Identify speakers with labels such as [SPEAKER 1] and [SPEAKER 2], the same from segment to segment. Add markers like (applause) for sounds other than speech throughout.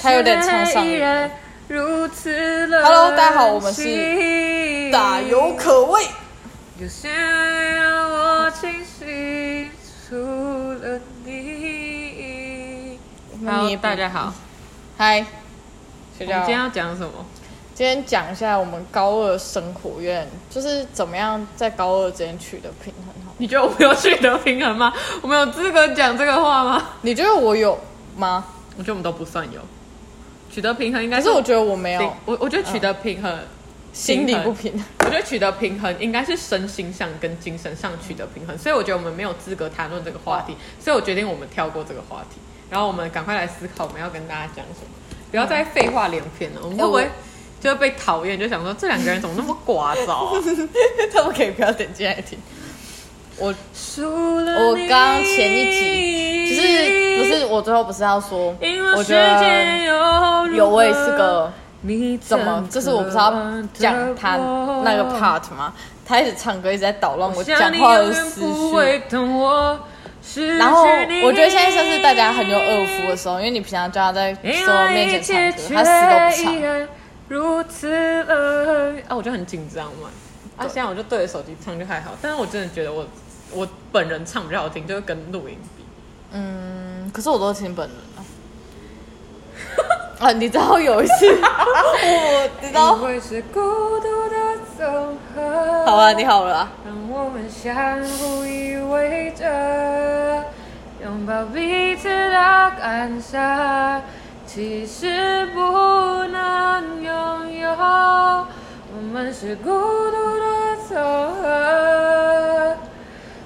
[SPEAKER 1] 他有点冲上
[SPEAKER 2] 依然如此冷
[SPEAKER 1] Hello，大家好我们是
[SPEAKER 2] 清
[SPEAKER 1] 大有可为。
[SPEAKER 2] 有些让我清醒，除了你。Hello，大家好，
[SPEAKER 1] 嗨，
[SPEAKER 2] 我
[SPEAKER 1] 学
[SPEAKER 2] 们
[SPEAKER 1] 长
[SPEAKER 2] 今，天要讲什么？
[SPEAKER 1] 今天讲一下我们高二生活院，就是怎么样在高二之间取得平衡。好了，
[SPEAKER 2] 你觉得我们有取得平衡吗？我们有资格讲这个话吗？
[SPEAKER 1] 你觉得我有吗？
[SPEAKER 2] 我觉得我们都不算有取得平衡，应该
[SPEAKER 1] 可是我觉得我没
[SPEAKER 2] 平
[SPEAKER 1] 有，
[SPEAKER 2] 我我觉得取得平衡，
[SPEAKER 1] 心理不平衡。
[SPEAKER 2] 我觉得取得平衡应该是身心上跟精神上取得平衡，所以我觉得我们没有资格谈论这个话题，所以我决定我们跳过这个话题，然后我们赶快来思考我们要跟大家讲什么，不要再废话连篇了，我们会不
[SPEAKER 1] 哎
[SPEAKER 2] 会就会被讨厌？就想说这两个人怎么那么聒噪、啊？
[SPEAKER 1] (laughs) 他们可以不要点进来听。我
[SPEAKER 2] 我
[SPEAKER 1] 我刚前一集就是不是我最后不是要说，我觉得有位是个怎么？就是我不是要讲他那个 part 吗？他一直唱歌，一直在捣乱我讲话的思绪。
[SPEAKER 2] 绪
[SPEAKER 1] 然后我觉得现在算是大家很有恶福的时候，因为你平常叫他在所有人面前唱歌，他死都不唱。
[SPEAKER 2] 唱。如此冷啊，我就很紧张嘛。啊，
[SPEAKER 1] 对
[SPEAKER 2] 现在我就对着手机唱就还好，但是我真的觉得我我本人唱比较好听，就是跟录音比。
[SPEAKER 1] 嗯，可是我都听本人啊。啊， (laughs) 你知道有一次，我知道，
[SPEAKER 2] 为是孤独的总和
[SPEAKER 1] 好啊，你好了啊、
[SPEAKER 2] 让我们相互依偎着，拥抱彼此的感伤，其实不能拥有，我们是孤独的总和，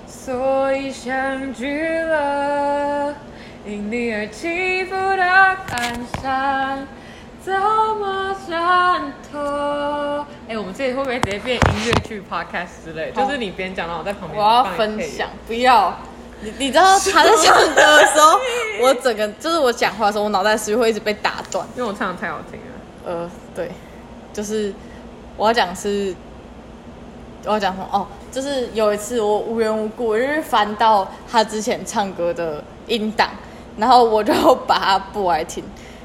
[SPEAKER 2] 所以相聚了，因你而起伏的感伤。怎么挣脱？哎、我们这里会不会直接变音乐剧 podcast 之类？就是你边讲，然后我在旁边
[SPEAKER 1] 我要
[SPEAKER 2] 放也
[SPEAKER 1] 分
[SPEAKER 2] 可以
[SPEAKER 1] 享，不要。你你知道他在唱歌的时候，我整个就是我讲话的时候，我脑袋是会一直被打断。
[SPEAKER 2] 因为我唱的太好听了。
[SPEAKER 1] 呃，对，就是我要讲是，我要讲什么？哦，就是有一次我无缘无故，我就是翻到他之前唱歌的音档，然后我就把它播来听。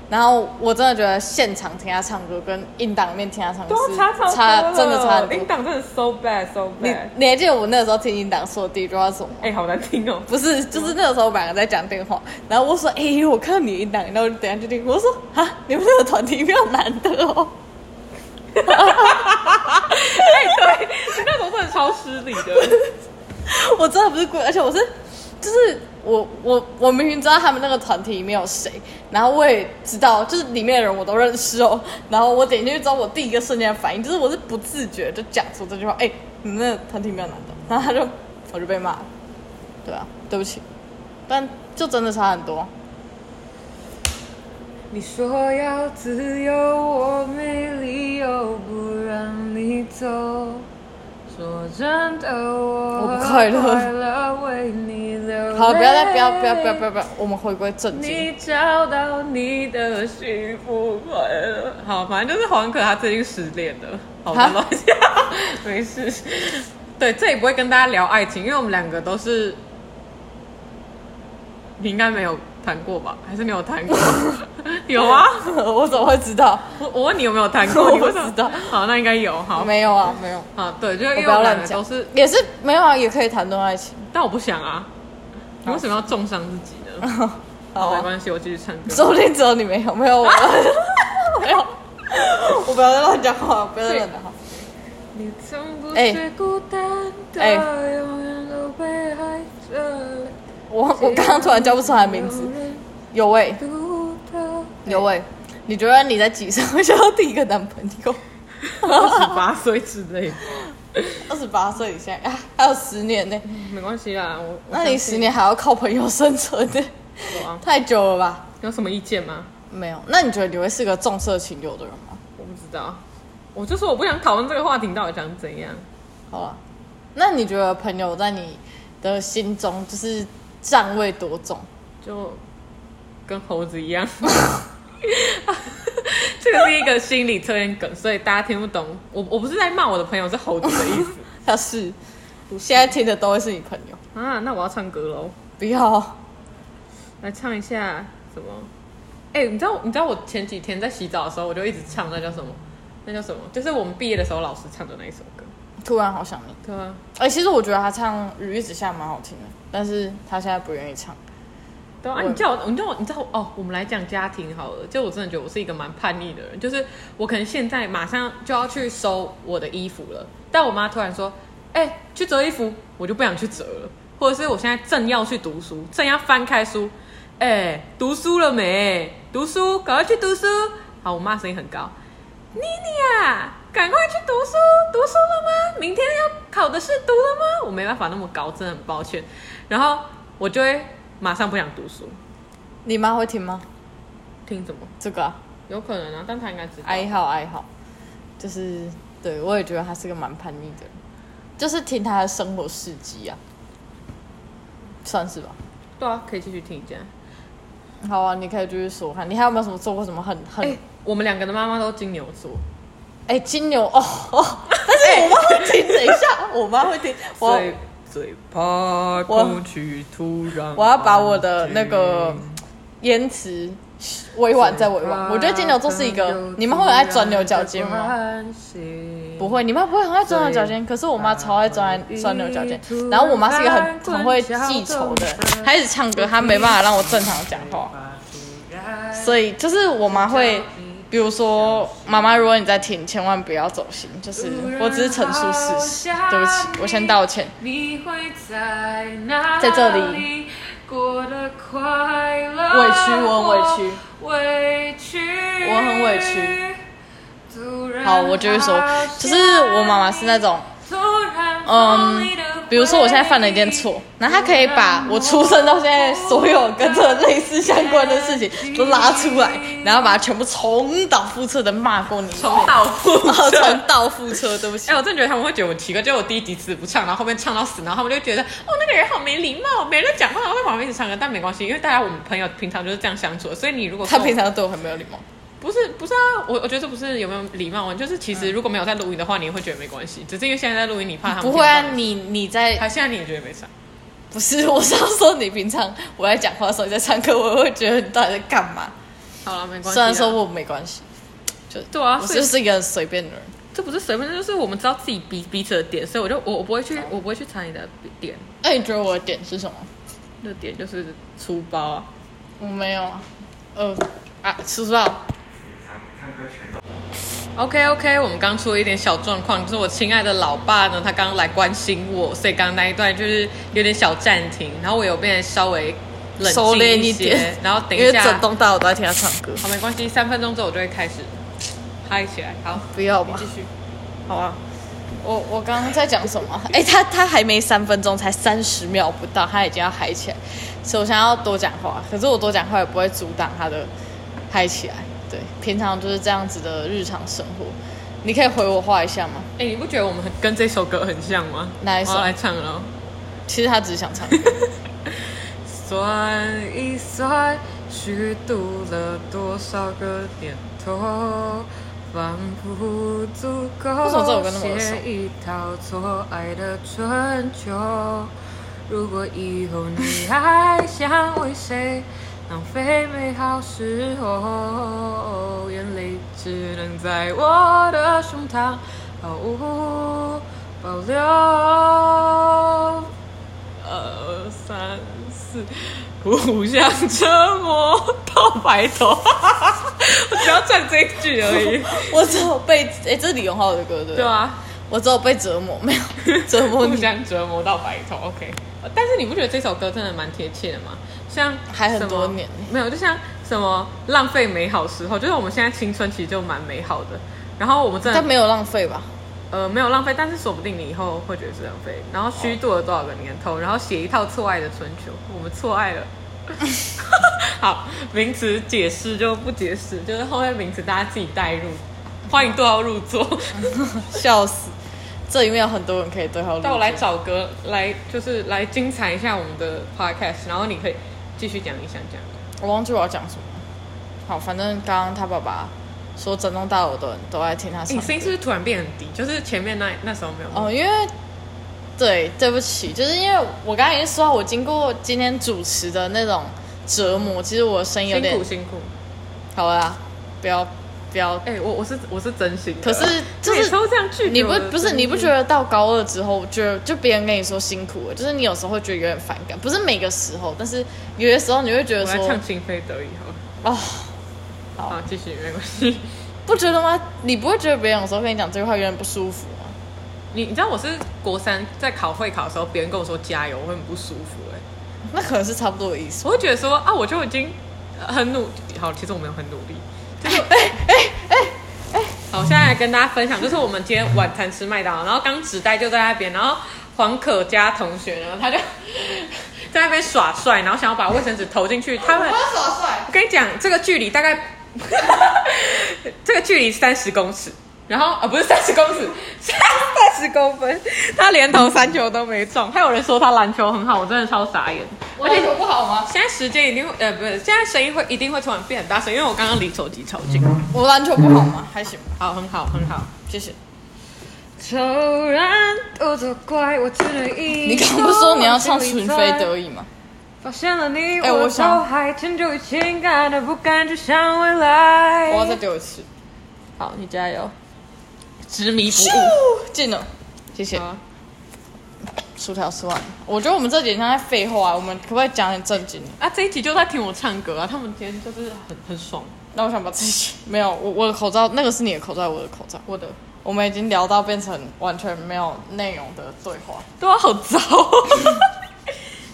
[SPEAKER 1] 然后我真的觉得现场听他唱歌跟音档里面听他
[SPEAKER 2] 啊
[SPEAKER 1] 唱歌是差真的差很多。
[SPEAKER 2] 档真的 so bad so
[SPEAKER 1] 你你还记得我那时候听音档说的第一句话是什么吗？
[SPEAKER 2] 哎、好难听哦。 (laughs)
[SPEAKER 1] 不是，就是那个时候我们两个在讲电话，然后我说：“哎、我看到你音档，然后我就等一下就听。”我说：“啊，你们这个团体比较难得哦。
[SPEAKER 2] 哎、对，你那时候真的超失礼的。”
[SPEAKER 1] (laughs) 我真的不是故意，而且我是，就是我我我明明知道他们那个团体里面有谁，然后我也知道，就是里面的人我都认识哦。然后我点进去之后，我第一个瞬间的反应就是我是不自觉就讲出这句话：“哎、你们那个团体比较难得。”然后他就我就被骂了。对啊，对不起，但就真的差很多。
[SPEAKER 2] 你说要自由，我没理由不让你走。说真的，我
[SPEAKER 1] 我不快乐
[SPEAKER 2] 乐为你流
[SPEAKER 1] 好，不要再不要不要
[SPEAKER 2] 泪
[SPEAKER 1] 不要不要不要，我们回归正经。
[SPEAKER 2] 你找到你的幸福快乐。好，反正就是黄可他最近失恋了，好
[SPEAKER 1] 哈
[SPEAKER 2] 乱笑， (laughs) 没事。对，这里不会跟大家聊爱情，因为我们两个都是，你应该没有谈过吧？还是你有谈
[SPEAKER 1] (laughs)
[SPEAKER 2] 过？有啊，
[SPEAKER 1] 我怎么会知道？
[SPEAKER 2] (laughs) 我我问你有没有谈过？
[SPEAKER 1] (laughs) 我
[SPEAKER 2] 你为什
[SPEAKER 1] 不
[SPEAKER 2] 么
[SPEAKER 1] 知道
[SPEAKER 2] 好，那应该有。好，
[SPEAKER 1] 没有啊，没有。
[SPEAKER 2] 好，对，就是
[SPEAKER 1] 我
[SPEAKER 2] 因
[SPEAKER 1] 不
[SPEAKER 2] 为我
[SPEAKER 1] 要
[SPEAKER 2] 们两
[SPEAKER 1] 乱
[SPEAKER 2] 个
[SPEAKER 1] 讲，
[SPEAKER 2] 都是，
[SPEAKER 1] 也是没有啊，也可以谈论爱情。
[SPEAKER 2] 但我不想啊。你为什么要重伤自己
[SPEAKER 1] (laughs)
[SPEAKER 2] 呢？
[SPEAKER 1] 好
[SPEAKER 2] 没
[SPEAKER 1] 啊，
[SPEAKER 2] 关系，我继续唱歌。
[SPEAKER 1] 说不定只有你没有，没有我， (laughs) 没有。我不要再乱讲话，不要再乱讲话。
[SPEAKER 2] 你从不
[SPEAKER 1] 哎
[SPEAKER 2] 是孤单的，
[SPEAKER 1] 哎
[SPEAKER 2] 永远都被爱着。
[SPEAKER 1] 我我刚刚突然叫不出来名字。有位，
[SPEAKER 2] 独特。
[SPEAKER 1] 有位，你觉得你在几岁会交到第一个男朋友？
[SPEAKER 2] 二十八岁之类的，
[SPEAKER 1] (laughs) 二十八岁以下啊，还有十年呢。
[SPEAKER 2] 没关系啦。我
[SPEAKER 1] 那你十年还要靠朋友生存呢，
[SPEAKER 2] 我啊，
[SPEAKER 1] 太久了吧？
[SPEAKER 2] 有什么意见吗？
[SPEAKER 1] 没有。那你觉得你会是个重色轻友的人吗？
[SPEAKER 2] 我不知道，我就说我不想讨论这个话题，你到底想怎样？
[SPEAKER 1] 好了，那你觉得朋友在你的心中就是站位多重？ (laughs)
[SPEAKER 2] 就跟猴子一样。 (laughs) 这个是一个心理测验梗，所以大家听不懂。我我不是在骂我的朋友是猴子的意 (laughs) 思
[SPEAKER 1] 他是，现在听的都会是你朋友。
[SPEAKER 2] 啊。那我要唱歌喽，
[SPEAKER 1] 不要，
[SPEAKER 2] 来唱一下什么？哎、你知道你知道我前几天在洗澡的时候，我就一直唱那叫什么？那叫什么？就是我们毕业的时候老师唱的那一首歌。
[SPEAKER 1] 突然好想你。
[SPEAKER 2] 对啊，
[SPEAKER 1] 哎、其实我觉得他唱《雨一直下》蛮好听的，但是他现在不愿意唱。
[SPEAKER 2] 对啊，
[SPEAKER 1] 我
[SPEAKER 2] 啊你叫我，你叫我，你知道我哦，我们来讲家庭好了。就我真的觉得我是一个蛮叛逆的人，就是我可能现在马上就要去收我的衣服了，但我妈突然说：“哎、去折衣服。”我就不想去折了，或者是我现在正要去读书，正要翻开书，哎、读书了没？读书，赶快去读书。好，我妈声音很高，妮妮啊，赶快去读书，读书了吗？明天要考的试读了吗？我没办法那么高，真的很抱歉。然后我就会马上不想读书，
[SPEAKER 1] 你妈会听吗？
[SPEAKER 2] 听什么？
[SPEAKER 1] 这个、啊、
[SPEAKER 2] 有可能啊，但他应该知道。
[SPEAKER 1] 哀嚎哀嚎，就是对我也觉得他是个蛮叛逆的人，就是听他的生活事迹啊，算是吧。
[SPEAKER 2] 对啊，可以继续听一下。
[SPEAKER 1] 好啊，你可以继续说看，你还有没有什么做过什么很很
[SPEAKER 2] 哎、我们两个的妈妈都金牛座，
[SPEAKER 1] 哎、金牛哦哦，但是我妈会听，等一下 (laughs) 我妈会听，我
[SPEAKER 2] 最最怕空气突然。
[SPEAKER 1] 我要把我的那个言辞委婉再委婉。我觉得金牛座是一个，你们会很爱钻牛角尖吗？？不会，你妈不会很爱钻牛角尖，可是我妈超爱钻钻牛角尖。然后我妈是一个很很会记仇的人，她一直唱歌，她没办法让我正常讲话，所以就是我妈会，比如说妈妈，如果你在听，千万不要走心，就是
[SPEAKER 2] 嗯
[SPEAKER 1] 我只是陈述事实，对不起，我先道歉。
[SPEAKER 2] 你会在哪
[SPEAKER 1] 在这
[SPEAKER 2] 里过得快乐？
[SPEAKER 1] 委屈我很委屈，
[SPEAKER 2] 委屈，
[SPEAKER 1] 我很委屈
[SPEAKER 2] 突然
[SPEAKER 1] 好，我就会说，就是我妈妈是那种。
[SPEAKER 2] 突然锋
[SPEAKER 1] 嗯
[SPEAKER 2] 利的回忆，
[SPEAKER 1] 比如说我现在犯了一件错，然后他可以把我出生到现在所有跟这类似相关的事情都拉出来，然后把它全部重蹈覆辙的骂过你一遍，
[SPEAKER 2] 重蹈覆辙
[SPEAKER 1] 重蹈覆辙，对不起
[SPEAKER 2] 哎、。我真的觉得他们会觉得我奇怪，就我第一集词不唱，然后后面唱到死，然后他们就觉得哦那个人好没礼貌，没人讲话，会旁边一直唱歌，但没关系，因为大家我们朋友平常就是这样相处的，所以你如果
[SPEAKER 1] 他
[SPEAKER 2] 跟我
[SPEAKER 1] 平常对我很没有礼貌，
[SPEAKER 2] 不是不是啊，我我觉得这不是有没有礼貌，啊就是其实如果没有在录音的话，你也会觉得没关系，只是因为现在在录音，你怕他们
[SPEAKER 1] 嗯不会啊
[SPEAKER 2] 听，到
[SPEAKER 1] 你你在
[SPEAKER 2] 还现在你也觉得没啥，
[SPEAKER 1] 不是，我是要说你平常我在讲话的时候你在唱歌，我会觉得你到底在干嘛？
[SPEAKER 2] 好了没关系啦。啊
[SPEAKER 1] 虽然说我没啊关系，就
[SPEAKER 2] 对啊，
[SPEAKER 1] 我
[SPEAKER 2] 所以
[SPEAKER 1] 就是一个很随便的人，
[SPEAKER 2] 这不是随便，这就是我们知道自己彼彼此的点，所以我就我我不会去我不会去查你的点，
[SPEAKER 1] 那你觉得我的点是什么？
[SPEAKER 2] 那点就是粗包啊。
[SPEAKER 1] 我没有啊，呃啊，吃不到。
[SPEAKER 2] OK OK，我们刚出了一点小状况，就是我亲爱的老爸呢，他刚刚来关心我，所以刚刚那一段就是有点小暂停，然后我有变得稍微冷
[SPEAKER 1] 收敛
[SPEAKER 2] 静
[SPEAKER 1] 一
[SPEAKER 2] 些，
[SPEAKER 1] 点
[SPEAKER 2] 然后等
[SPEAKER 1] 因
[SPEAKER 2] 一
[SPEAKER 1] 为
[SPEAKER 2] 下
[SPEAKER 1] 整，栋大楼都在听他唱歌。
[SPEAKER 2] 好没关系，三分钟之后我就会开始嗨起来，好，
[SPEAKER 1] 不要
[SPEAKER 2] 你
[SPEAKER 1] 吧
[SPEAKER 2] 继，续，
[SPEAKER 1] 好啊。我我刚刚在讲什么？哎、他他还没三分钟，才三十秒不到，他已经要嗨起来，所以我想要多讲话。可是我多讲话也不会阻挡他的嗨起来。对，平常就是这样子的日常生活。你可以回我话一下吗？ (laughs)
[SPEAKER 2] 哎、你不觉得我们很跟这首歌很像吗？
[SPEAKER 1] 哪一首
[SPEAKER 2] 我要来唱了哦。
[SPEAKER 1] 其实他只是想唱歌。 (laughs)
[SPEAKER 2] 算一算，虚度了多少个年头，仿佛足够
[SPEAKER 1] 为什么这首歌那么耳熟
[SPEAKER 2] 写一套错爱的春秋。如果以后你还想为谁浪费美好时候，眼泪只能在我的胸膛毫无保留。二三四，互相折磨到白头， (laughs) 我只要唱这一句而已。
[SPEAKER 1] 我只有被哎、这是李荣浩的 (laughs) 歌对不
[SPEAKER 2] 对啊，
[SPEAKER 1] 我只有被折磨，没有折磨 (laughs)
[SPEAKER 2] 互
[SPEAKER 1] 你。
[SPEAKER 2] 相折磨到白头，OK。但是你不觉得这首歌真的蛮贴切的吗？像
[SPEAKER 1] 还很
[SPEAKER 2] 什么
[SPEAKER 1] 多年呢
[SPEAKER 2] 没有，就像什么浪费美好时候，就是我们现在青春其实就蛮美好的。然后我们真的
[SPEAKER 1] 但没有浪费吧？
[SPEAKER 2] 呃，没有浪费，但是说不定你以后会觉得是浪费。然后虚度了多少个年头，然后写一套错爱的春秋，我们错爱了。 (laughs) 好，名词解释就不解释，就是后面名词大家自己代入。欢迎对号入座，
[SPEAKER 1] 笑死！这里面有很多人可以对号入
[SPEAKER 2] 带我
[SPEAKER 1] 座。
[SPEAKER 2] 来找歌来，就是来精彩一下我们的 podcast，然后你可以继续讲你想讲的。
[SPEAKER 1] 我忘记我要讲什么。好，反正刚刚他爸爸说整栋大楼的人都在听他
[SPEAKER 2] 诶
[SPEAKER 1] 唱
[SPEAKER 2] 哎你。声音是不是突然变很低？就是前面那那时候没有。
[SPEAKER 1] 哦，因为对，对不起，就是因为我刚刚已经说到，我经过今天主持的那种折磨，其实我的声音有
[SPEAKER 2] 辛
[SPEAKER 1] 点
[SPEAKER 2] 苦辛苦，
[SPEAKER 1] 好啦，不要不要。
[SPEAKER 2] (laughs) 哎、我我是我是真心的，哎
[SPEAKER 1] 可是就
[SPEAKER 2] 每
[SPEAKER 1] 是
[SPEAKER 2] 抽象剧，
[SPEAKER 1] 你不不是你不觉得到高二之后，就就别人跟你说辛苦了，就是你有时候会觉得有点反感，不是每个时候，但是有些时候你会觉
[SPEAKER 2] 我
[SPEAKER 1] 得
[SPEAKER 2] 来
[SPEAKER 1] 说
[SPEAKER 2] 唱情非得已好了，
[SPEAKER 1] 哦，好
[SPEAKER 2] 好，继续没关系。 (laughs)
[SPEAKER 1] 不觉得吗？你不会觉得别人有时候跟你讲这句话有点不舒服吗？
[SPEAKER 2] 你你知道我是国三在考会考的时候，别人跟我说加油，我会很不舒服哎、
[SPEAKER 1] 那可能是差不多的意思。
[SPEAKER 2] 我会觉得说啊，我就已经呃很努力，好，其实我没有很努力，
[SPEAKER 1] (laughs)
[SPEAKER 2] 就是哎哎哎哎，好，现在来跟大家分享，就是我们今天晚餐吃麦当劳，然后刚纸袋就在那边，然后黄可嘉同学呢，他就 (laughs) 在那边耍帅，然后想要把卫生纸投进去，他们
[SPEAKER 1] 耍帅，
[SPEAKER 2] 我跟你讲，这个距离大概， (laughs) 这个距离三十公尺，然后啊不是三十公尺， (laughs) 三三十公分，他连投三球都没中，还有人说他篮球很好，我真的超傻眼。而且
[SPEAKER 1] 不好吗？
[SPEAKER 2] 现在时间一定会，呃不是，现在声音会一定会突然变很大声，因为我刚刚离手机超近。
[SPEAKER 1] 我篮球不好吗？还行吧，
[SPEAKER 2] 好，很好，很好。
[SPEAKER 1] 谢谢。
[SPEAKER 2] 突然多责怪，我只能一
[SPEAKER 1] 你刚不是说你要唱《纯非得
[SPEAKER 2] 已》
[SPEAKER 1] 已吗？
[SPEAKER 2] 发现了你，
[SPEAKER 1] 哎我
[SPEAKER 2] 我
[SPEAKER 1] 想
[SPEAKER 2] 脑海沉住于情感的不敢去想未来。
[SPEAKER 1] 我要再丢一次，
[SPEAKER 2] 好，你加油，执迷不悟。啊
[SPEAKER 1] 咻哦进了，谢谢。
[SPEAKER 2] 好
[SPEAKER 1] 薯条吃完了，我觉得我们这几天在废话，我们可不可以讲点正经的？
[SPEAKER 2] 啊，这一集就在听我唱歌啊，他们今天就是很很爽。
[SPEAKER 1] 那我想把这些没有我我的口罩，那个是你的口罩，我的口罩，
[SPEAKER 2] 我的，
[SPEAKER 1] 我们已经聊到变成完全没有内容的对话。
[SPEAKER 2] 对啊，好糟。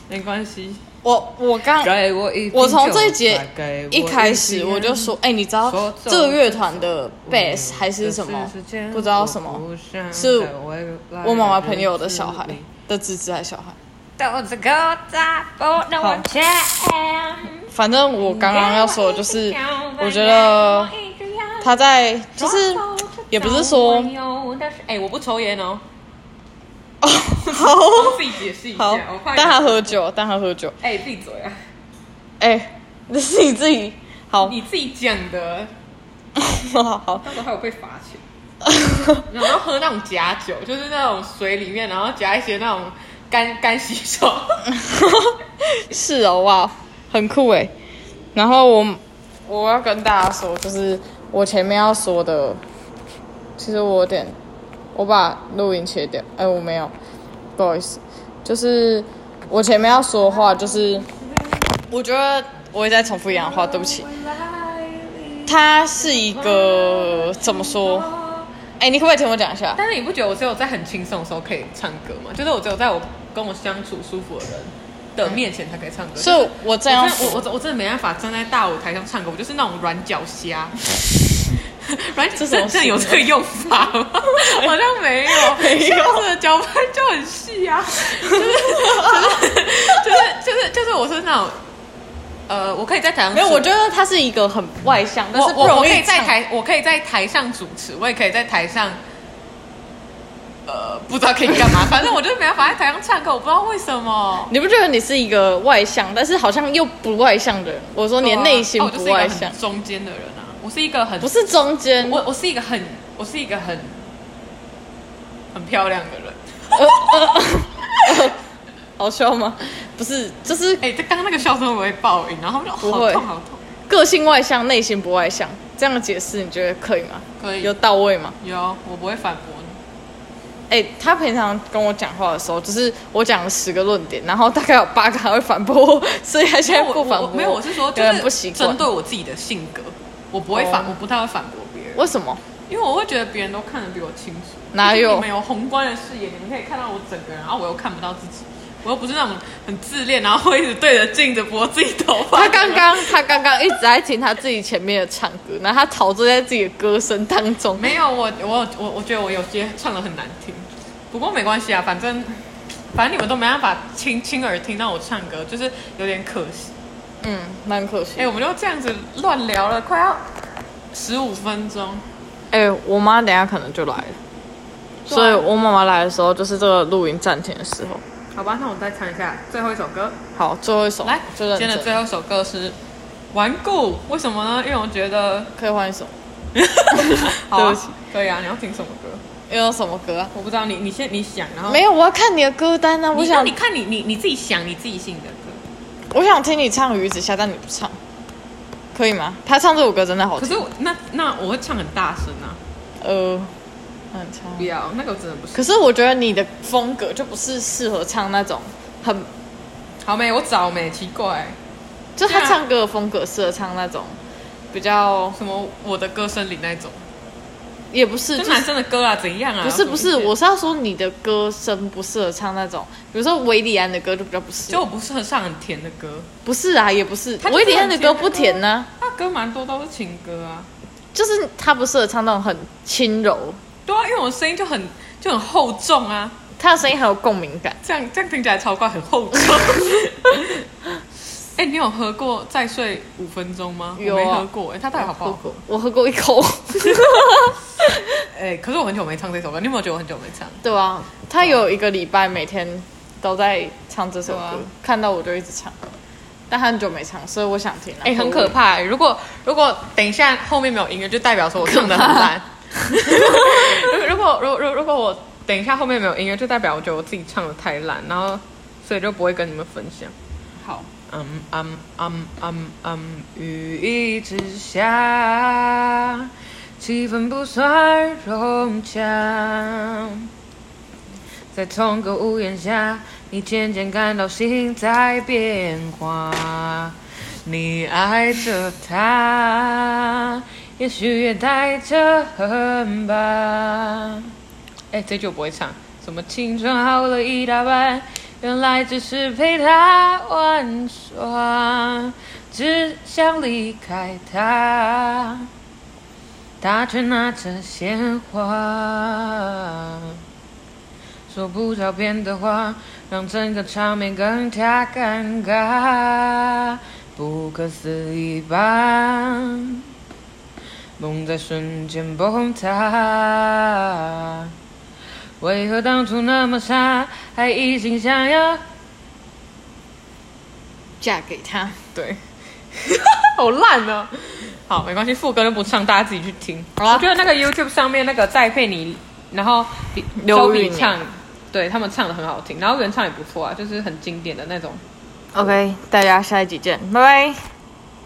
[SPEAKER 2] 没关系，
[SPEAKER 1] 我我刚
[SPEAKER 2] 给我一
[SPEAKER 1] 我从这一节一开始我就说，哎、你知道
[SPEAKER 2] 说
[SPEAKER 1] 这个乐团的 bass 还是什么？不知道什么，是我妈妈朋友的小孩的侄子还是小孩？
[SPEAKER 2] 豆子狗杂不能往前。
[SPEAKER 1] 反正我刚刚要说的就是，我觉得他在就是也不是说
[SPEAKER 2] 哎、我不抽烟哦，
[SPEAKER 1] 哦 (laughs) 好
[SPEAKER 2] 我自己解释一下，
[SPEAKER 1] 好
[SPEAKER 2] 我，怕
[SPEAKER 1] 但他喝酒，但他喝酒，
[SPEAKER 2] 哎、闭嘴啊！
[SPEAKER 1] 哎、 (laughs) 那是你自己好 (laughs)
[SPEAKER 2] 你自己讲的，
[SPEAKER 1] 好好
[SPEAKER 2] 到时候还有被罚钱。然后喝那种假酒，就是那种水里面，然后加一些那种干 (laughs) 干洗
[SPEAKER 1] (laughs)
[SPEAKER 2] 手。
[SPEAKER 1] 是哦，哇，很酷哎。然后我我要跟大家说，就是我前面要说的，其实我有点，我把录音切掉，哎，我没有，不好意思，就是我前面要说的话，就是我觉得我也在重复一样的话，对不起。他是一个怎么说？哎，你可不可以听我讲一下？
[SPEAKER 2] 但是你不觉得我只有在很轻松的时候可以唱歌吗？就是我只有在我跟我相处舒服的人的面前才可以唱歌。
[SPEAKER 1] 所以我这样
[SPEAKER 2] 我真的我我我真的没办法站在大舞台上唱歌，我就是那种软脚
[SPEAKER 1] (laughs)
[SPEAKER 2] 虾。软脚
[SPEAKER 1] 这什么啊
[SPEAKER 2] 真的有这个用法
[SPEAKER 1] (laughs)
[SPEAKER 2] 吗？好像没有，
[SPEAKER 1] 没有
[SPEAKER 2] 这个脚板就很细啊，就是就是就是就是就是我是那种，呃，我可以在台上
[SPEAKER 1] 没有，
[SPEAKER 2] 主
[SPEAKER 1] 我觉得他是一个很外向，但
[SPEAKER 2] 我
[SPEAKER 1] 是不
[SPEAKER 2] 我我
[SPEAKER 1] 容
[SPEAKER 2] 可以
[SPEAKER 1] 易
[SPEAKER 2] 在
[SPEAKER 1] 唱
[SPEAKER 2] 台，我可以在台上主持，我也可以在台上，呃，不知道可以干嘛，反正我就是没办法在台上唱歌，我不知道为什么。
[SPEAKER 1] 你不觉得你是一个外向，但是好像又不外向的人？我说你的内心
[SPEAKER 2] 哦我就
[SPEAKER 1] 不
[SPEAKER 2] 是一个
[SPEAKER 1] 外
[SPEAKER 2] 很
[SPEAKER 1] 向，
[SPEAKER 2] 中间的人啊，我是一个很
[SPEAKER 1] 不是中间。
[SPEAKER 2] 我我是一个很我是一个很很漂亮的人。
[SPEAKER 1] 好笑吗？不是，就是
[SPEAKER 2] 哎、这刚刚那个笑声会不会爆音？然后就
[SPEAKER 1] 不
[SPEAKER 2] 好
[SPEAKER 1] 会
[SPEAKER 2] 痛好痛。
[SPEAKER 1] 个性外向，内心不外向。这样的解释你觉得可以吗？
[SPEAKER 2] 可以
[SPEAKER 1] 有到位吗？
[SPEAKER 2] 有，我不会反驳你。
[SPEAKER 1] 哎、他平常跟我讲话的时候，就是我讲了十个论点，然后大概有八个还会反驳我，所以他现在
[SPEAKER 2] 我
[SPEAKER 1] 不反
[SPEAKER 2] 我
[SPEAKER 1] 驳
[SPEAKER 2] 我没有，我是说就
[SPEAKER 1] 有点不
[SPEAKER 2] 是
[SPEAKER 1] 习
[SPEAKER 2] 针
[SPEAKER 1] 惯
[SPEAKER 2] 对。我自己的性格，我不会反，
[SPEAKER 1] 哦
[SPEAKER 2] 我不太会反驳别人。
[SPEAKER 1] 为什么？
[SPEAKER 2] 因为我会觉得别人都看得比我清楚，
[SPEAKER 1] 哪有
[SPEAKER 2] 就是你们有宏观的视野，你们可以看到我整个人，然后我又看不到自己，我又不是那种很自恋，然后会一直对着镜子拨自己头发。
[SPEAKER 1] 他刚刚他刚刚一直在听他自己前面的唱歌，然后他陶醉在自己的歌声当中。
[SPEAKER 2] 没有我，我我我觉得我有些唱的很难听，不过没关系啊，反正反正你们都没办法亲亲耳听到我唱歌，就是有点可惜。
[SPEAKER 1] 嗯，蛮可惜的
[SPEAKER 2] 哎、。我们就这样子乱聊了，快要十五分钟。
[SPEAKER 1] 哎、我妈等一下可能就来了，
[SPEAKER 2] 对啊
[SPEAKER 1] 所以我妈妈来的时候就是这个录音暂停的时候。
[SPEAKER 2] 好吧，那我们再唱一下最后一首歌。
[SPEAKER 1] 好，最后一首，
[SPEAKER 2] 来，
[SPEAKER 1] 就
[SPEAKER 2] 今天的
[SPEAKER 1] 认真
[SPEAKER 2] 最后一首歌是《顽固》，为什么呢？因为我觉
[SPEAKER 1] (laughs)
[SPEAKER 2] 得，
[SPEAKER 1] 可以换一首，
[SPEAKER 2] 好、
[SPEAKER 1] 对
[SPEAKER 2] 啊
[SPEAKER 1] 不起，
[SPEAKER 2] 可以啊。你要听什么歌？
[SPEAKER 1] 又有什么歌啊？
[SPEAKER 2] 我不知道，你你先你想，然后
[SPEAKER 1] 没有，我要看你的歌单啊！
[SPEAKER 2] 你
[SPEAKER 1] 我想
[SPEAKER 2] 那你，看你你你自己想你自己信的歌，
[SPEAKER 1] 我想听你唱《鱼子虾》，但你不唱，可以吗？他唱这首歌真的好
[SPEAKER 2] 可
[SPEAKER 1] 听。
[SPEAKER 2] 是我那那我会唱很大声啊，
[SPEAKER 1] 呃，很唱
[SPEAKER 2] 不。要那个我真的不行。
[SPEAKER 1] 可是我觉得你的风格就不是适合唱那种很，
[SPEAKER 2] 好没，我找没，奇怪，
[SPEAKER 1] 就他
[SPEAKER 2] 对啊
[SPEAKER 1] 唱歌的风格适合唱那种比较，
[SPEAKER 2] 什么我的歌声里那种，
[SPEAKER 1] 也不是，
[SPEAKER 2] 就
[SPEAKER 1] 就是
[SPEAKER 2] 男生的歌啊，怎样啊？
[SPEAKER 1] 不是不是，
[SPEAKER 2] 我
[SPEAKER 1] 我是要说你的歌声不适合唱那种，比如说维里安的歌就比较不适
[SPEAKER 2] 就
[SPEAKER 1] 合。
[SPEAKER 2] 我不适合唱很甜的歌，
[SPEAKER 1] 不是啊，也不是，
[SPEAKER 2] 他就是
[SPEAKER 1] 维里安的歌
[SPEAKER 2] 很甜的
[SPEAKER 1] 不甜呢、
[SPEAKER 2] 他歌蛮多都是情歌啊。
[SPEAKER 1] 就是他不适合唱那种很轻柔，
[SPEAKER 2] 对啊，因为我声音就很就很厚重啊，
[SPEAKER 1] 他的声音很有共鸣感。
[SPEAKER 2] 这样这样听起来超怪，很厚
[SPEAKER 1] (laughs)
[SPEAKER 2] 重。哎、你有喝过再睡五分钟吗？
[SPEAKER 1] 有啊
[SPEAKER 2] 我没喝过，哎、它到底好不
[SPEAKER 1] 喝
[SPEAKER 2] 好？
[SPEAKER 1] 过，我喝过一
[SPEAKER 2] (laughs)
[SPEAKER 1] 口。啊
[SPEAKER 2] 哎、可是我很久没唱这首歌，你有没有觉得我很久没唱？
[SPEAKER 1] 对啊，他有一个礼拜每天都在唱这首歌，
[SPEAKER 2] 对啊
[SPEAKER 1] 看到我就一直唱，但他很久没唱，所以我想听、啊。
[SPEAKER 2] 哎、很可怕、如果如果等一下后面没有音乐，就代表说我唱的很烂。 (laughs) 如果如果如果如果我等一下后面没有音乐，就代表我觉得我自己唱的太烂，然后所以就不会跟你们分享。
[SPEAKER 1] 好，
[SPEAKER 2] 嗯嗯嗯嗯嗯，雨一直下，气氛不算融洽。在同个屋檐下，你渐渐感到心在变化。你爱着他，也许也带着恨吧。哎，这句我不会唱。什么青春耗了一大半，原来只是陪他玩耍，只想离开他，他却拿着鲜花，说不着边的话，让整个场面更加尴尬，不可思议吧？梦在瞬间崩塌。为何当初那么傻，还一心想要？
[SPEAKER 1] 嫁给他。
[SPEAKER 2] 对， (laughs) 好烂哦。好，没关系，副歌就不唱，大家自己去听。
[SPEAKER 1] 好啊
[SPEAKER 2] 我觉得那个 YouTube 上面那个戴佩妮，然后比
[SPEAKER 1] 刘
[SPEAKER 2] 周
[SPEAKER 1] 宇
[SPEAKER 2] 笔
[SPEAKER 1] 宁
[SPEAKER 2] 畅，对他们唱的很好听，然后原唱也不错啊，就是很经典的那种。
[SPEAKER 1] OK，大家下一集见，拜拜。